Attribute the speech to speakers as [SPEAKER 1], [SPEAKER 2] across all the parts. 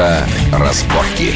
[SPEAKER 1] Авторазборки.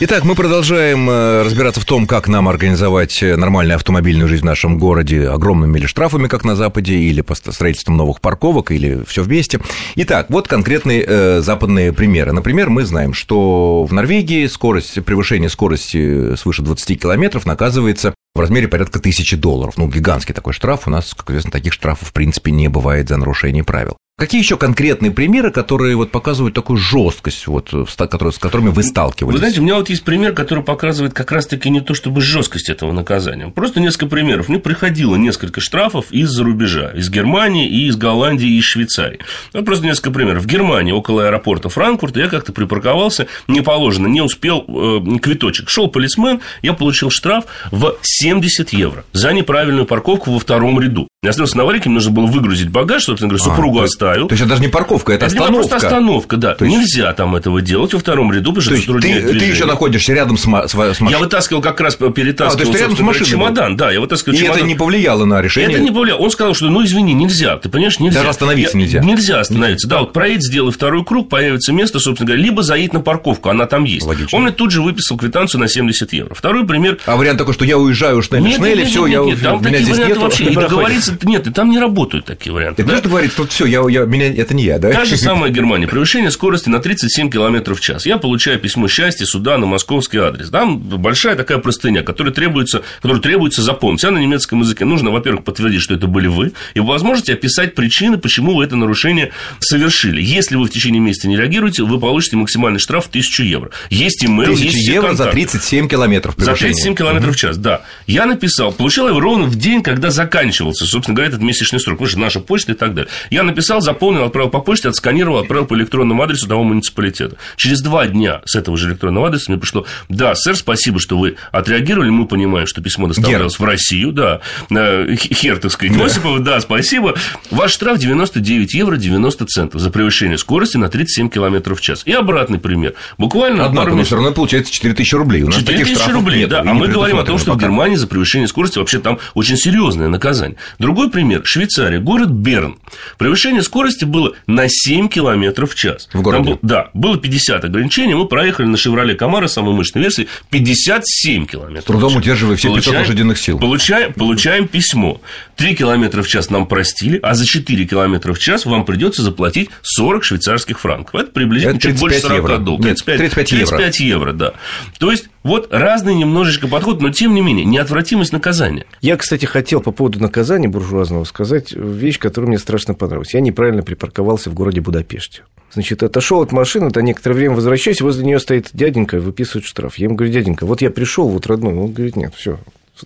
[SPEAKER 2] Итак, мы продолжаем э, разбираться в том, как нам организовать э, нормальную автомобильную жизнь в нашем городе огромными или штрафами, как на Западе, или по ст- строительством новых парковок, или все вместе. Итак, вот конкретные э, западные примеры. Например, мы знаем, что в Норвегии скорость, превышение скорости свыше 20 километров наказывается в размере порядка тысячи долларов. Ну, гигантский такой штраф. У нас, как известно, таких штрафов, в принципе, не бывает за нарушение правил. Какие еще конкретные примеры, которые вот показывают такую жесткость, вот, э, в ста- которые- с которыми вы сталкивались?
[SPEAKER 3] Вы знаете, у меня вот есть пример, который показывает как раз-таки не то чтобы жесткость этого наказания. Просто несколько примеров. Мне приходило несколько штрафов из-за рубежа. Из Германии, и из Голландии, и из Швейцарии. Ну, просто несколько примеров. В Германии, около аэропорта Франкфурта, я как-то припарковался, не положено, не успел э, квиточек. Шел полисмен, я получил штраф в 70 евро за неправильную парковку во втором ряду. Я остался на варике, мне нужно было выгрузить багаж, собственно говоря,
[SPEAKER 2] А,
[SPEAKER 3] супругу
[SPEAKER 2] то есть-
[SPEAKER 3] оставил.
[SPEAKER 2] То есть это даже не парковка, это,
[SPEAKER 3] Это не
[SPEAKER 2] остановка.
[SPEAKER 3] просто остановка, да.
[SPEAKER 2] То есть-
[SPEAKER 3] Нельзя там этого делать во втором ряду, потому что
[SPEAKER 2] То есть ты,
[SPEAKER 3] затрудняет
[SPEAKER 2] ты
[SPEAKER 3] движение.
[SPEAKER 2] еще находишься рядом с, ма- с ва- с
[SPEAKER 3] Я
[SPEAKER 2] машиной.
[SPEAKER 3] вытаскивал как раз,
[SPEAKER 2] А, то
[SPEAKER 3] перетаскивал
[SPEAKER 2] есть ты рядом с
[SPEAKER 3] собственно говоря,
[SPEAKER 2] машиной был?
[SPEAKER 3] чемодан. Да, я вытаскивал
[SPEAKER 2] И
[SPEAKER 3] чемодан.
[SPEAKER 2] это не повлияло на решение.
[SPEAKER 3] Это не повлияло. Он сказал, что ну извини, нельзя. Ты понимаешь, нельзя.
[SPEAKER 2] Даже остановиться
[SPEAKER 3] Я-
[SPEAKER 2] нельзя.
[SPEAKER 3] Нельзя остановиться. Да, вот проедь, сделай второй круг, появится место, собственно говоря, либо заедь на парковку, она там есть.
[SPEAKER 2] Логично.
[SPEAKER 3] Он мне тут же выписал квитанцию на 70 евро. Второй пример.
[SPEAKER 2] А вариант такой, что я уезжаю, шнелли,
[SPEAKER 3] Нет, нет,
[SPEAKER 2] шнелли,
[SPEAKER 3] нет,
[SPEAKER 2] все,
[SPEAKER 3] нет,
[SPEAKER 2] ну, я
[SPEAKER 3] нет,
[SPEAKER 2] уезжаю,
[SPEAKER 3] там
[SPEAKER 2] меня
[SPEAKER 3] такие
[SPEAKER 2] здесь
[SPEAKER 3] варианты
[SPEAKER 2] нет.
[SPEAKER 3] вообще. И
[SPEAKER 2] Не проходит.
[SPEAKER 3] договориться, нет, и там не работают такие варианты.
[SPEAKER 2] Ты
[SPEAKER 3] да?
[SPEAKER 2] понимаешь, что говорит, тут все, я, я, меня, это не я, да?
[SPEAKER 3] Та же самая Германия. Превышение скорости на 37 км в час. Я получаю письмо счастья сюда, на московский адрес. Там большая такая простыня, которая требуется, которую требуется запомнить. Она на немецком языке. Нужно, во-первых, подтвердить, что это были вы, и по возможности описать причины, почему вы это нарушение совершили. Если вы в течение месяца не реагируете, вы получите максимальный штраф в 1000 евро. Есть имейл, есть
[SPEAKER 2] 1000
[SPEAKER 3] все
[SPEAKER 2] евро за
[SPEAKER 3] контакты.
[SPEAKER 2] 37 километров
[SPEAKER 3] За
[SPEAKER 2] превышение.
[SPEAKER 3] 37 километров в час, да. Я написал, получил я его ровно в день, когда заканчивался, собственно говоря, этот месячный срок. Потому что наша почта и так далее. Я написал, заполнил, отправил по почте, отсканировал, отправил по электронному адресу того муниципалитета. Через два дня с этого же электронного адреса мне пришло, да, сэр, спасибо, что вы отреагировали, мы понимаем, что письмо доставлялось в Россию, да, Э, Х- хер, так сказать, Осипов, да, спасибо. Ваш штраф 99 евро 90 центов за превышение скорости на 37 километров в час. И обратный пример. Буквально пару
[SPEAKER 2] Однако, но
[SPEAKER 3] месяцев-
[SPEAKER 2] все равно получается 4000 рублей. У нас
[SPEAKER 3] 4
[SPEAKER 2] таких
[SPEAKER 3] тысячи
[SPEAKER 2] штрафов
[SPEAKER 3] рублей,
[SPEAKER 2] нет,
[SPEAKER 3] да.
[SPEAKER 2] и не
[SPEAKER 3] А мы говорим о том, что
[SPEAKER 2] предусмотрено
[SPEAKER 3] в
[SPEAKER 2] пока.
[SPEAKER 3] Германии за превышение скорости вообще там очень серьезное наказание. Другой пример. Швейцария, город Берн. Превышение скорости было на 7 километров в час.
[SPEAKER 2] В городе?
[SPEAKER 3] Там был- да, было 50 ограничений, мы проехали на «Шевроле Камара» самой мощной версии 57 километров. С
[SPEAKER 2] трудом удерживая все 500 лошадиных сил.
[SPEAKER 3] Получаем, получаем письмо. 3 километра в час нам простили, а за 4 километра в час вам придется заплатить 40 швейцарских франков. Это приблизительно
[SPEAKER 2] Это
[SPEAKER 3] чуть больше
[SPEAKER 2] 35
[SPEAKER 3] 40
[SPEAKER 2] Э, евро.
[SPEAKER 3] долларов.
[SPEAKER 2] Нет, 35 евро.
[SPEAKER 3] 35 евро, да. То есть, вот разный немножечко подход, но тем не менее, неотвратимость наказания.
[SPEAKER 4] Я, кстати, хотел по поводу наказания буржуазного сказать вещь, которая мне страшно понравилась. Я неправильно припарковался в городе Будапеште. Значит, отошел от машины, то некоторое время возвращаюсь, возле нее стоит дяденька и выписывает штраф. Я ему говорю, дяденька, вот я пришел, вот родной. Он говорит, нет, все,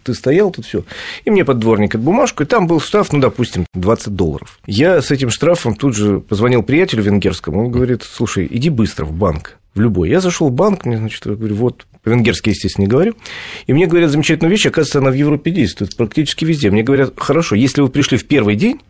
[SPEAKER 4] ты стоял тут все. И мне под дворник эту бумажку, и там был штраф, ну, допустим, 20 долларов. Я с этим штрафом тут же позвонил приятелю венгерскому, он говорит, слушай, иди быстро в банк, в любой. Я зашел в банк, мне, значит, я говорю, вот, по-венгерски, естественно, не говорю. И мне говорят замечательную вещь, оказывается, она в Европе действует практически везде. Мне говорят, хорошо, если вы пришли в первый день,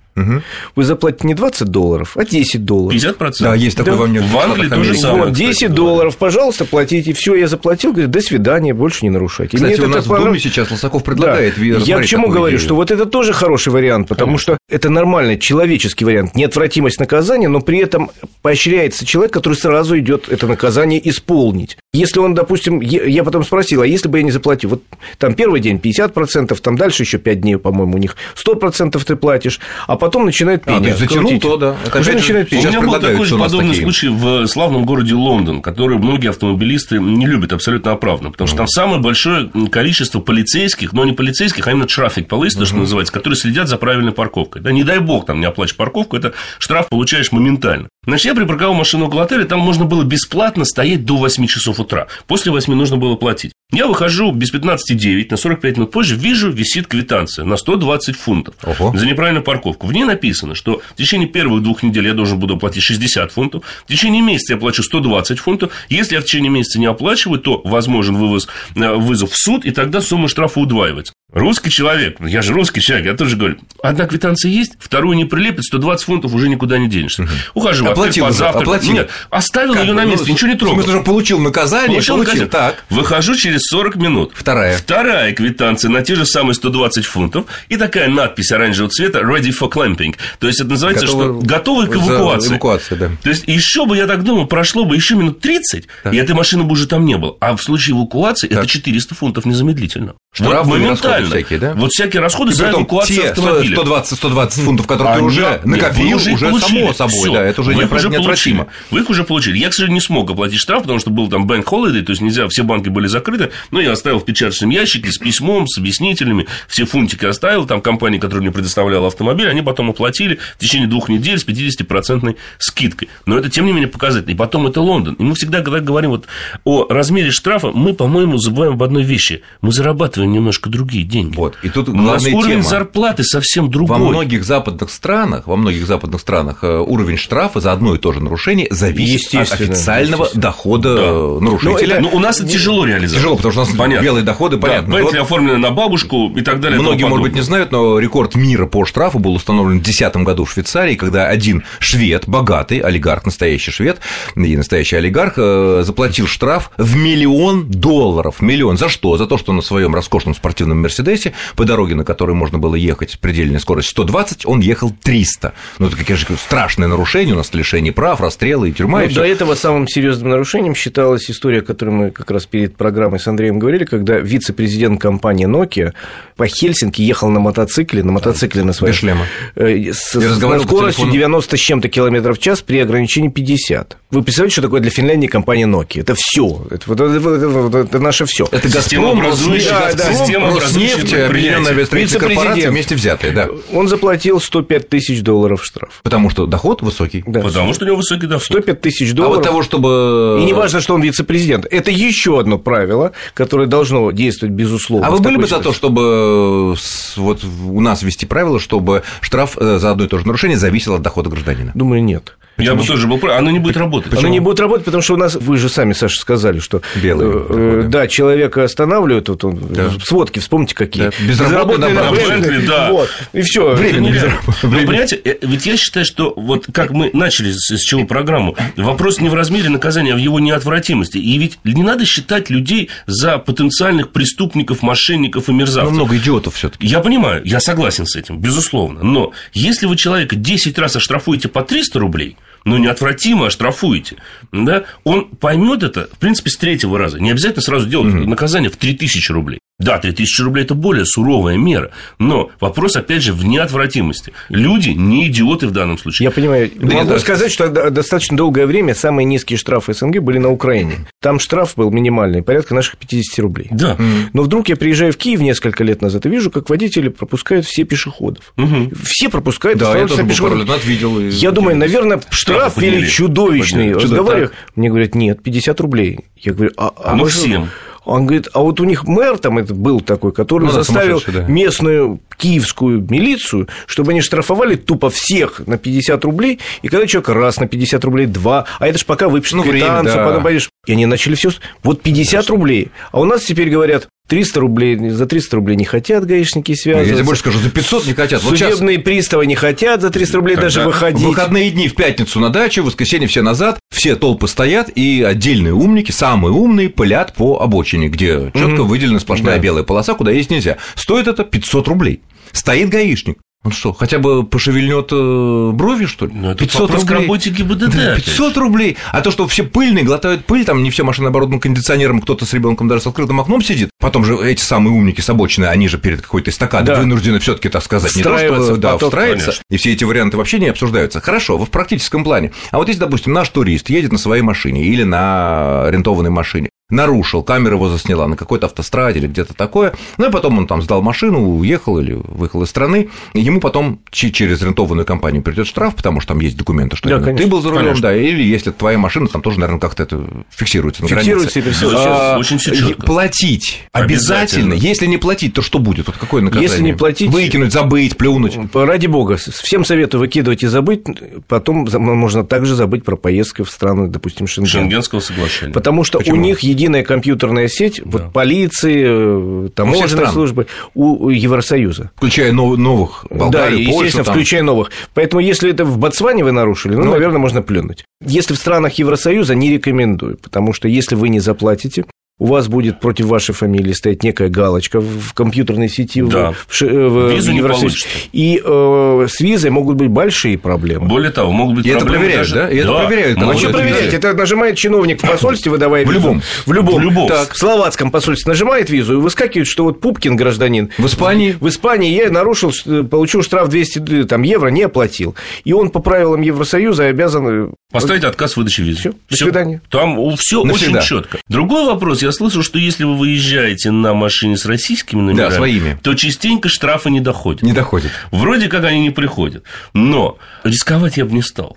[SPEAKER 4] вы заплатите не 20 долларов, а 10 долларов.
[SPEAKER 3] 50%.
[SPEAKER 2] Да, есть такой
[SPEAKER 4] Да.
[SPEAKER 2] во мне.
[SPEAKER 3] В Англии
[SPEAKER 2] Штатах
[SPEAKER 3] тоже
[SPEAKER 2] Америки.
[SPEAKER 3] самое.
[SPEAKER 4] Вот, 10 долларов, пожалуйста, платите. Все, я заплатил, говорит, до свидания, больше не нарушайте. И
[SPEAKER 2] Кстати,
[SPEAKER 4] мне это
[SPEAKER 2] у
[SPEAKER 4] так
[SPEAKER 2] нас в Думе
[SPEAKER 4] понравилось.
[SPEAKER 2] сейчас Лосаков предлагает
[SPEAKER 4] Да.
[SPEAKER 2] ви-
[SPEAKER 4] Я к
[SPEAKER 2] рассмотреть
[SPEAKER 4] чему
[SPEAKER 2] такую
[SPEAKER 4] говорю,
[SPEAKER 2] идею.
[SPEAKER 4] что вот это тоже хороший вариант, потому что это нормальный человеческий вариант, неотвратимость наказания, но при этом поощряется человек, который сразу идет это наказание исполнить. Если он, допустим, е- я потом спросил, а если бы я не заплатил, вот там первый день 50%, там дальше еще 5 дней, по-моему, у них 100% ты платишь, а потом начинает
[SPEAKER 2] А,
[SPEAKER 4] пение.
[SPEAKER 2] ну, если затянул,
[SPEAKER 4] крутить.
[SPEAKER 2] то да. Это
[SPEAKER 4] Уже
[SPEAKER 2] опять же
[SPEAKER 4] начинает пение.
[SPEAKER 3] У
[SPEAKER 2] Сейчас
[SPEAKER 3] меня был такой
[SPEAKER 2] предлагают, что
[SPEAKER 3] же
[SPEAKER 2] у нас
[SPEAKER 3] подобный
[SPEAKER 2] такие.
[SPEAKER 3] случай в э, славном городе Лондон, который многие автомобилисты не любят абсолютно оправданно, потому что там самое большое количество полицейских, но не полицейских, а именно трафик полицейских, что называется, которые следят за правильной парковкой. Да не дай бог там не оплачешь парковку, это штраф получаешь моментально. Значит, я припарковал машину около отеля, там можно было бесплатно стоять до 8 часов утра. После 8 нужно было платить. Я выхожу без 15,9, на 45 минут позже вижу, висит квитанция на 120 фунтов
[SPEAKER 2] Ого.
[SPEAKER 3] за неправильную парковку. В ней написано, что в течение первых двух недель я должен буду платить 60 фунтов, в течение месяца я плачу 120 фунтов. Если я в течение месяца не оплачиваю, то возможен вывоз, э, вызов в суд, и тогда сумма штрафа удваивается. Русский человек, я же русский человек, я тоже говорю, одна квитанция есть, вторую не прилепит, 120 фунтов уже никуда не денешься. Ухожу,
[SPEAKER 2] Оплатил за-
[SPEAKER 3] завтра.
[SPEAKER 2] оплатил.
[SPEAKER 3] Нет, оставил
[SPEAKER 2] Как
[SPEAKER 3] ее
[SPEAKER 2] бы,
[SPEAKER 3] на
[SPEAKER 2] ну,
[SPEAKER 3] месте, ничего не
[SPEAKER 2] В
[SPEAKER 3] трогал.
[SPEAKER 2] смысле, что получил наказание,
[SPEAKER 3] Получил наказание.
[SPEAKER 2] Так.
[SPEAKER 3] Выхожу через 40 минут.
[SPEAKER 2] Вторая.
[SPEAKER 3] Вторая квитанция на те же самые 120 фунтов. И такая надпись оранжевого цвета «Ready for clamping». То есть, это называется,
[SPEAKER 2] Готовы-
[SPEAKER 3] что готовы к
[SPEAKER 2] за
[SPEAKER 3] эвакуации.
[SPEAKER 2] эвакуацию, да.
[SPEAKER 3] То есть, еще бы, я так думаю, прошло бы еще минут 30, и этой машины бы уже там не было. А в случае эвакуации это 400 фунтов незамедлительно.
[SPEAKER 2] Штрафы и расходы
[SPEAKER 3] моментально.
[SPEAKER 2] всякие, да?
[SPEAKER 3] Вот всякие расходы за
[SPEAKER 2] Притом
[SPEAKER 3] эвакуацию
[SPEAKER 2] те сто-
[SPEAKER 3] автомобиля.
[SPEAKER 2] 120, 120 фунтов, которые ты
[SPEAKER 3] Они-
[SPEAKER 2] уже
[SPEAKER 3] нет,
[SPEAKER 2] накопил,
[SPEAKER 3] вы
[SPEAKER 2] уже,
[SPEAKER 3] их получили.
[SPEAKER 2] само собой,
[SPEAKER 3] Всё.
[SPEAKER 2] да, это уже
[SPEAKER 3] Вы их
[SPEAKER 2] необра- неотвратимо.
[SPEAKER 3] получили. Вы их уже получили. Я, к сожалению, не смог оплатить штраф, потому что был там банк холидей, то есть нельзя, все банки были закрыты, но я оставил в печаточном ящике с письмом, с объяснителями, все фунтики оставил, там компания, которая мне предоставляла автомобиль, они потом оплатили в течение двух недель с 50% скидкой. Но это, тем не менее, показательно. И потом это Лондон. И мы всегда, когда говорим вот о размере штрафа, мы, по-моему, забываем об одной вещи. Мы зарабатываем немножко другие деньги.
[SPEAKER 2] Вот. И тут
[SPEAKER 3] У нас
[SPEAKER 2] главная
[SPEAKER 3] уровень
[SPEAKER 2] тема.
[SPEAKER 3] зарплаты совсем другой.
[SPEAKER 2] Во многих западных странах, во многих западных странах э, уровень штрафа за одно и то же нарушение зависит от
[SPEAKER 4] Естественно,
[SPEAKER 2] официального
[SPEAKER 4] естественно.
[SPEAKER 2] дохода э,
[SPEAKER 3] Ну,
[SPEAKER 2] нарушителя.
[SPEAKER 3] это- ну, у нас это тяжело реализовать.
[SPEAKER 2] Тяжело, потому что у нас белые доходы, понятно.
[SPEAKER 3] Да, Бентли
[SPEAKER 2] Вот
[SPEAKER 3] оформлены на бабушку и так далее. и тому
[SPEAKER 2] Многие, может быть,
[SPEAKER 3] подобное.
[SPEAKER 2] не знают, но рекорд мира по штрафу был установлен в 2010 году в Швейцарии, когда один швед, богатый олигарх, настоящий швед и настоящий олигарх, э, заплатил штраф в миллион долларов. Миллион. За что? За то, что на своем роскошном спортивном Мерседесе, по дороге, на которой можно было ехать с предельной скоростью 120, он ехал 300. Ну, это, конечно, страшное нарушение, у нас лишение прав, расстрелы и тюрьма, и
[SPEAKER 4] Ну,
[SPEAKER 2] всё.
[SPEAKER 4] до этого самым серьезным нарушением считалась история, о которой мы как раз перед программой с Андреем говорили, когда вице-президент компании Nokia по Хельсинки ехал на мотоцикле, на мотоцикле на своем.
[SPEAKER 2] без шлема.
[SPEAKER 4] э, С,
[SPEAKER 2] И
[SPEAKER 4] с- на
[SPEAKER 2] разговаривал по
[SPEAKER 4] скоростью
[SPEAKER 2] телефону.
[SPEAKER 4] 90 с чем-то километров в час при ограничении 50. Вы представляете, что такое для Финляндии компания Nokia? Это все. Это, вот это- вот это- вот это наше все.
[SPEAKER 2] Это
[SPEAKER 3] Система
[SPEAKER 2] «Газпром»,
[SPEAKER 3] образующая-
[SPEAKER 2] «Газпром»,
[SPEAKER 3] да, да. Система образующая
[SPEAKER 2] «Роснефть», Объединенная
[SPEAKER 3] предприятие.
[SPEAKER 2] авиастроительная корпорация
[SPEAKER 4] Вице-президент.
[SPEAKER 2] вместе взятые, да.
[SPEAKER 4] Он заплатил 105 тысяч долларов штраф.
[SPEAKER 2] Потому что доход высокий.
[SPEAKER 4] Да.
[SPEAKER 3] Потому что у него высокий доход.
[SPEAKER 4] 105 тысяч
[SPEAKER 2] А
[SPEAKER 4] долларов.
[SPEAKER 2] вот того, чтобы...
[SPEAKER 4] И не важно, что он вице-президент. Это еще одно правило, которое должно действовать, безусловно.
[SPEAKER 2] А вы
[SPEAKER 4] в
[SPEAKER 2] были бы
[SPEAKER 4] такой
[SPEAKER 2] за то,
[SPEAKER 4] ситуации.
[SPEAKER 2] чтобы э, с- вот у нас ввести правило, чтобы штраф э, за одно и то же нарушение зависел от дохода гражданина?
[SPEAKER 4] Думаю, нет.
[SPEAKER 3] Я бы тоже был прав. Оно не будет работать.
[SPEAKER 4] Оно не будет работать, потому что у нас, вы же сами, Саша, сказали, что...
[SPEAKER 2] Белые
[SPEAKER 4] э,
[SPEAKER 2] доходы.
[SPEAKER 4] э, Да, человека останавливают, вот он, сводки, вспомните, какие.
[SPEAKER 2] Да. Безработный
[SPEAKER 4] Безработный
[SPEAKER 2] на
[SPEAKER 4] на
[SPEAKER 3] Бентли,
[SPEAKER 4] Бентли,
[SPEAKER 3] да.
[SPEAKER 4] Вот, и все.
[SPEAKER 3] Это
[SPEAKER 2] Временно
[SPEAKER 3] нереально.
[SPEAKER 2] без-
[SPEAKER 3] Но,
[SPEAKER 2] временно.
[SPEAKER 3] понимаете, э, ведь я считаю, что вот как мы начали с, с чего программу, вопрос не в размере наказания, а в его неотвратимости. И ведь не надо считать людей за потенциальных преступников, мошенников и мерзавцев.
[SPEAKER 2] Ну, много идиотов все таки
[SPEAKER 3] Я понимаю, я согласен с этим, безусловно. Но если вы человека 10 раз оштрафуете по 300 рублей, ну, неотвратимо оштрафуете, да, он поймет это, в принципе, с третьего раза. Не обязательно сразу делать наказание в 3000 рублей. Да, 3000 рублей – это более суровая мера, но вопрос, опять же, в неотвратимости. Люди не идиоты в данном случае.
[SPEAKER 4] Я понимаю.
[SPEAKER 2] Да
[SPEAKER 4] Могу
[SPEAKER 2] нет, да.
[SPEAKER 4] сказать, что до- достаточно долгое время самые низкие штрафы СНГ были на Украине. Там штраф был минимальный, порядка наших 50 рублей.
[SPEAKER 3] Да.
[SPEAKER 4] Но вдруг я приезжаю в Киев несколько лет назад и вижу, как водители пропускают все пешеходов.
[SPEAKER 3] Мгм.
[SPEAKER 4] Все пропускают,
[SPEAKER 2] Да, я
[SPEAKER 4] останавливаются
[SPEAKER 2] тоже
[SPEAKER 4] на
[SPEAKER 2] был пару лет
[SPEAKER 4] пешеходах.
[SPEAKER 2] назад видел. и-
[SPEAKER 4] Я думаю, наверное, штраф
[SPEAKER 3] подняли.
[SPEAKER 4] или чудовищный.
[SPEAKER 3] Подняли. Чудо-
[SPEAKER 4] Разговариваю. Мне говорят, нет, 50 рублей. Я говорю, а, а
[SPEAKER 3] Ну,
[SPEAKER 4] мы же-
[SPEAKER 3] всем.
[SPEAKER 4] Он говорит, а вот у них мэр там этот был такой, который
[SPEAKER 2] Ну да,
[SPEAKER 4] заставил
[SPEAKER 2] сумасшедший, да.
[SPEAKER 4] местную киевскую милицию, чтобы они штрафовали тупо всех на 50 рублей, и когда человек раз на 50 рублей, два, а это ж пока выпишет
[SPEAKER 2] Ну, время,
[SPEAKER 4] квитанцию,
[SPEAKER 2] да.
[SPEAKER 4] потом поедешь. И они начали все. Вот 50 рублей. А у нас теперь говорят, 300 рублей, за 300 рублей не хотят гаишники
[SPEAKER 2] Я
[SPEAKER 4] связываться.
[SPEAKER 2] тебе больше скажу, за 500 не хотят. Вот сейчас
[SPEAKER 4] Судебные приставы не хотят за 300 рублей даже
[SPEAKER 3] Тогда
[SPEAKER 4] выходить.
[SPEAKER 2] В выходные дни в пятницу на даче, в воскресенье все назад, все толпы стоят, и отдельные умники, самые умные, пылят по обочине, где четко выделена сплошная белая полоса, куда есть нельзя. Стоит это 500 рублей. Стоит гаишник. Он что, хотя бы пошевельнет брови, что ли?
[SPEAKER 3] Ну, это вопрос к работе ГИБДД,
[SPEAKER 2] Да,
[SPEAKER 3] опять же.
[SPEAKER 2] 500 рублей. А то, что все пыльные, глотают пыль, там не все машины оборудованы кондиционером, кто-то с ребенком даже с открытым окном сидит. Потом же эти самые умники с обочины, они же перед какой-то эстакадой
[SPEAKER 4] Да.
[SPEAKER 2] вынуждены все таки так сказать, не то,
[SPEAKER 4] Встраиваться
[SPEAKER 2] что
[SPEAKER 4] в
[SPEAKER 2] да,
[SPEAKER 4] поток,
[SPEAKER 2] встраиваться.
[SPEAKER 3] конечно.
[SPEAKER 2] И все эти варианты вообще не обсуждаются. Хорошо, в практическом плане. А вот если, допустим, наш турист едет на своей машине или на арендованной машине, нарушил, камера его засняла на какой-то автостраде или где-то такое, ну и потом он там сдал машину, уехал или выехал из страны, и ему потом ч- через арендованную компанию придет штраф, потому что там есть документы, что
[SPEAKER 4] Да,
[SPEAKER 2] именно ты
[SPEAKER 4] конечно.
[SPEAKER 2] был за рулем,
[SPEAKER 3] Конечно.
[SPEAKER 2] да, или если это твоя машина, там тоже, наверное, как-то это фиксируется на
[SPEAKER 4] Фиксируется и
[SPEAKER 2] границе.
[SPEAKER 4] все.
[SPEAKER 3] Да.
[SPEAKER 2] А,
[SPEAKER 3] Очень всё
[SPEAKER 2] и
[SPEAKER 3] чётко.
[SPEAKER 2] Платить обязательно.
[SPEAKER 3] Обязательно.
[SPEAKER 2] Если не платить, то что будет? Вот какое наказание?
[SPEAKER 4] не платить-
[SPEAKER 2] Выкинуть, забыть, плюнуть.
[SPEAKER 4] Ради бога, с- всем советую выкидывать и забыть. Потом за- можно также забыть про поездки в страны, допустим, Шенген.
[SPEAKER 3] Шенгенского соглашения.
[SPEAKER 4] Потому что у них единая компьютерная сеть
[SPEAKER 3] Да.
[SPEAKER 4] вот,
[SPEAKER 2] Ну,
[SPEAKER 4] полиции, э, таможенной
[SPEAKER 2] стран.
[SPEAKER 4] службы у у Евросоюза.
[SPEAKER 2] Включая нов- новых, Болгарию,
[SPEAKER 4] да, и,
[SPEAKER 2] Польшу
[SPEAKER 4] естественно,
[SPEAKER 2] там.
[SPEAKER 4] включая новых. Поэтому, если это в Ботсване вы нарушили, ну,
[SPEAKER 2] Ну,
[SPEAKER 4] наверное, можно плюнуть. Если в странах Евросоюза, не рекомендую, потому что если вы не заплатите, у вас будет против вашей фамилии стоять некая галочка в в компьютерной сети в-
[SPEAKER 3] Да.
[SPEAKER 4] в, ш- э, в
[SPEAKER 3] Визу не
[SPEAKER 4] Евросоюзе.
[SPEAKER 3] получите.
[SPEAKER 4] И э, с визой могут быть большие проблемы.
[SPEAKER 3] Более того, могут быть
[SPEAKER 2] И это
[SPEAKER 3] проблемы
[SPEAKER 2] проверяют,
[SPEAKER 3] даже-
[SPEAKER 2] да? И это проверяют, там
[SPEAKER 3] могут
[SPEAKER 4] А что
[SPEAKER 2] Вот,
[SPEAKER 3] быть
[SPEAKER 4] проверять?
[SPEAKER 3] даже-
[SPEAKER 4] Это нажимает чиновник в посольстве, выдавая
[SPEAKER 2] В
[SPEAKER 4] визу.
[SPEAKER 2] любом.
[SPEAKER 4] В любом.
[SPEAKER 3] В любом.
[SPEAKER 4] Так, в словацком посольстве нажимает визу и выскакивает, что вот Пупкин, гражданин,
[SPEAKER 2] В Испании?
[SPEAKER 4] в Испании я нарушил, что- получил штраф 200 там, евро, не оплатил. И он по правилам Евросоюза обязан... э,
[SPEAKER 3] Поставить отказ в выдаче визы.
[SPEAKER 4] Всё, до
[SPEAKER 3] Всё.
[SPEAKER 4] свидания.
[SPEAKER 3] Там все
[SPEAKER 2] Навсегда.
[SPEAKER 3] очень четко. Другой вопрос. Я слышал, что если вы выезжаете на машине с российскими номерами,
[SPEAKER 2] своими.
[SPEAKER 3] то частенько штрафы не доходят.
[SPEAKER 2] Не доходит.
[SPEAKER 3] Вроде как они не приходят. Но рисковать я бы не стал.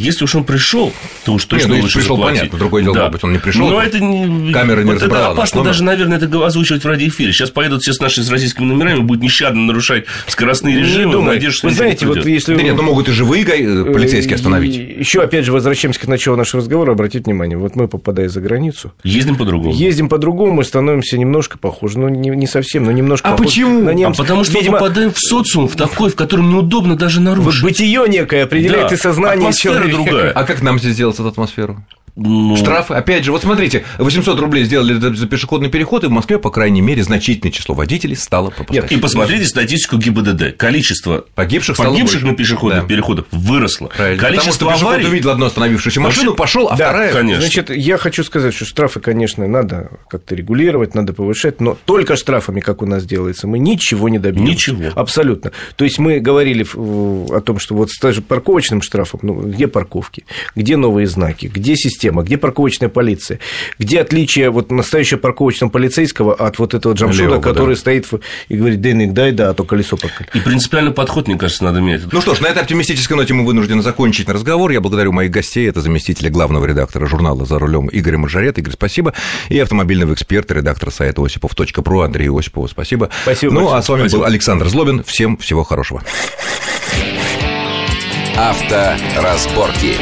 [SPEAKER 3] Если уж он пришел, то уж
[SPEAKER 2] Не,
[SPEAKER 3] точно
[SPEAKER 2] ну, если
[SPEAKER 3] лучше
[SPEAKER 2] пришел,
[SPEAKER 3] заплатить.
[SPEAKER 2] понятно. Другое дело, может быть, он не пришел,
[SPEAKER 3] Но
[SPEAKER 2] там
[SPEAKER 3] это не...
[SPEAKER 2] камера не
[SPEAKER 3] вот
[SPEAKER 2] разобрала
[SPEAKER 3] это
[SPEAKER 2] наш
[SPEAKER 3] опасно
[SPEAKER 2] номер.
[SPEAKER 3] даже, наверное, это озвучивать в радиоэфире. Сейчас поедут все с нашими с российскими номерами, будут нещадно нарушать скоростные режимы. в
[SPEAKER 4] думает.
[SPEAKER 3] надежде, что
[SPEAKER 4] Вы
[SPEAKER 3] ничего не
[SPEAKER 4] знаете, вот
[SPEAKER 3] придет.
[SPEAKER 4] если... э,
[SPEAKER 2] Да нет, ну могут и живые га-
[SPEAKER 3] Э,
[SPEAKER 2] полицейские остановить.
[SPEAKER 4] Еще, опять же, возвращаемся к началу нашего разговора, обратите внимание, вот мы, попадая за границу,
[SPEAKER 3] Ездим по-другому.
[SPEAKER 4] ездим по-другому и становимся немножко похожи, ну, не, не совсем, но немножко
[SPEAKER 2] А
[SPEAKER 4] похожи
[SPEAKER 2] почему?
[SPEAKER 4] на
[SPEAKER 3] А
[SPEAKER 4] немцев.
[SPEAKER 3] потому что
[SPEAKER 4] Видимо,
[SPEAKER 3] мы попадаем в социум, в такой, в котором неудобно даже
[SPEAKER 4] Вот
[SPEAKER 3] нарушить.
[SPEAKER 4] бытие некое определяет
[SPEAKER 3] Да,
[SPEAKER 4] и сознание
[SPEAKER 3] атмосфера
[SPEAKER 4] человека.
[SPEAKER 3] другая.
[SPEAKER 2] А как нам здесь сделать эту атмосферу?
[SPEAKER 3] Ну,
[SPEAKER 2] Штрафы, опять же, вот смотрите, 800 рублей сделали за- за пешеходный переход, и в Москве, по крайней мере, значительное число водителей стало пропускать.
[SPEAKER 3] И посмотрите статистику ГИБДД. Количество
[SPEAKER 2] Погибших стало
[SPEAKER 3] погибших
[SPEAKER 2] больше.
[SPEAKER 3] на пешеходных
[SPEAKER 2] Да.
[SPEAKER 3] переходах выросло.
[SPEAKER 2] Правильно.
[SPEAKER 3] Количество
[SPEAKER 2] Потому что пешеход
[SPEAKER 3] аварий...
[SPEAKER 2] увидел одну остановившуюся машину,
[SPEAKER 3] Вообще-
[SPEAKER 2] пошел, а
[SPEAKER 4] Да,
[SPEAKER 2] вторая...
[SPEAKER 3] конечно.
[SPEAKER 4] Значит, я хочу сказать, что штрафы, конечно, надо как-то регулировать, надо повышать, но только штрафами, как у нас делается, мы ничего не добьемся.
[SPEAKER 3] Ничего.
[SPEAKER 4] Абсолютно. То есть мы говорили в- в- о том, что вот с даже парковочным штрафом, ну, где парковки, где новые знаки, где система, где парковочная полиция, где отличие вот настоящего парковочного полицейского от вот этого джамшуда,
[SPEAKER 2] Левого, да.
[SPEAKER 4] который стоит в- и говорит, денег дай, да, а то колесо подколи».
[SPEAKER 3] И принципиальный подход, мне кажется, надо менять.
[SPEAKER 2] Ну что ж, на этой оптимистической ноте мы вынуждены закончить разговор. Я благодарю моих гостей. Это заместителя главного редактора журнала «За рулем» Игорь Маржарет. Игорь, спасибо. И автомобильного эксперта, редактора сайта осипов.ру Андрей Осипову. Спасибо.
[SPEAKER 4] Спасибо
[SPEAKER 2] Ну,
[SPEAKER 4] большое.
[SPEAKER 2] а с вами был Александр Злобин. Всем всего хорошего.
[SPEAKER 1] Авторазборки.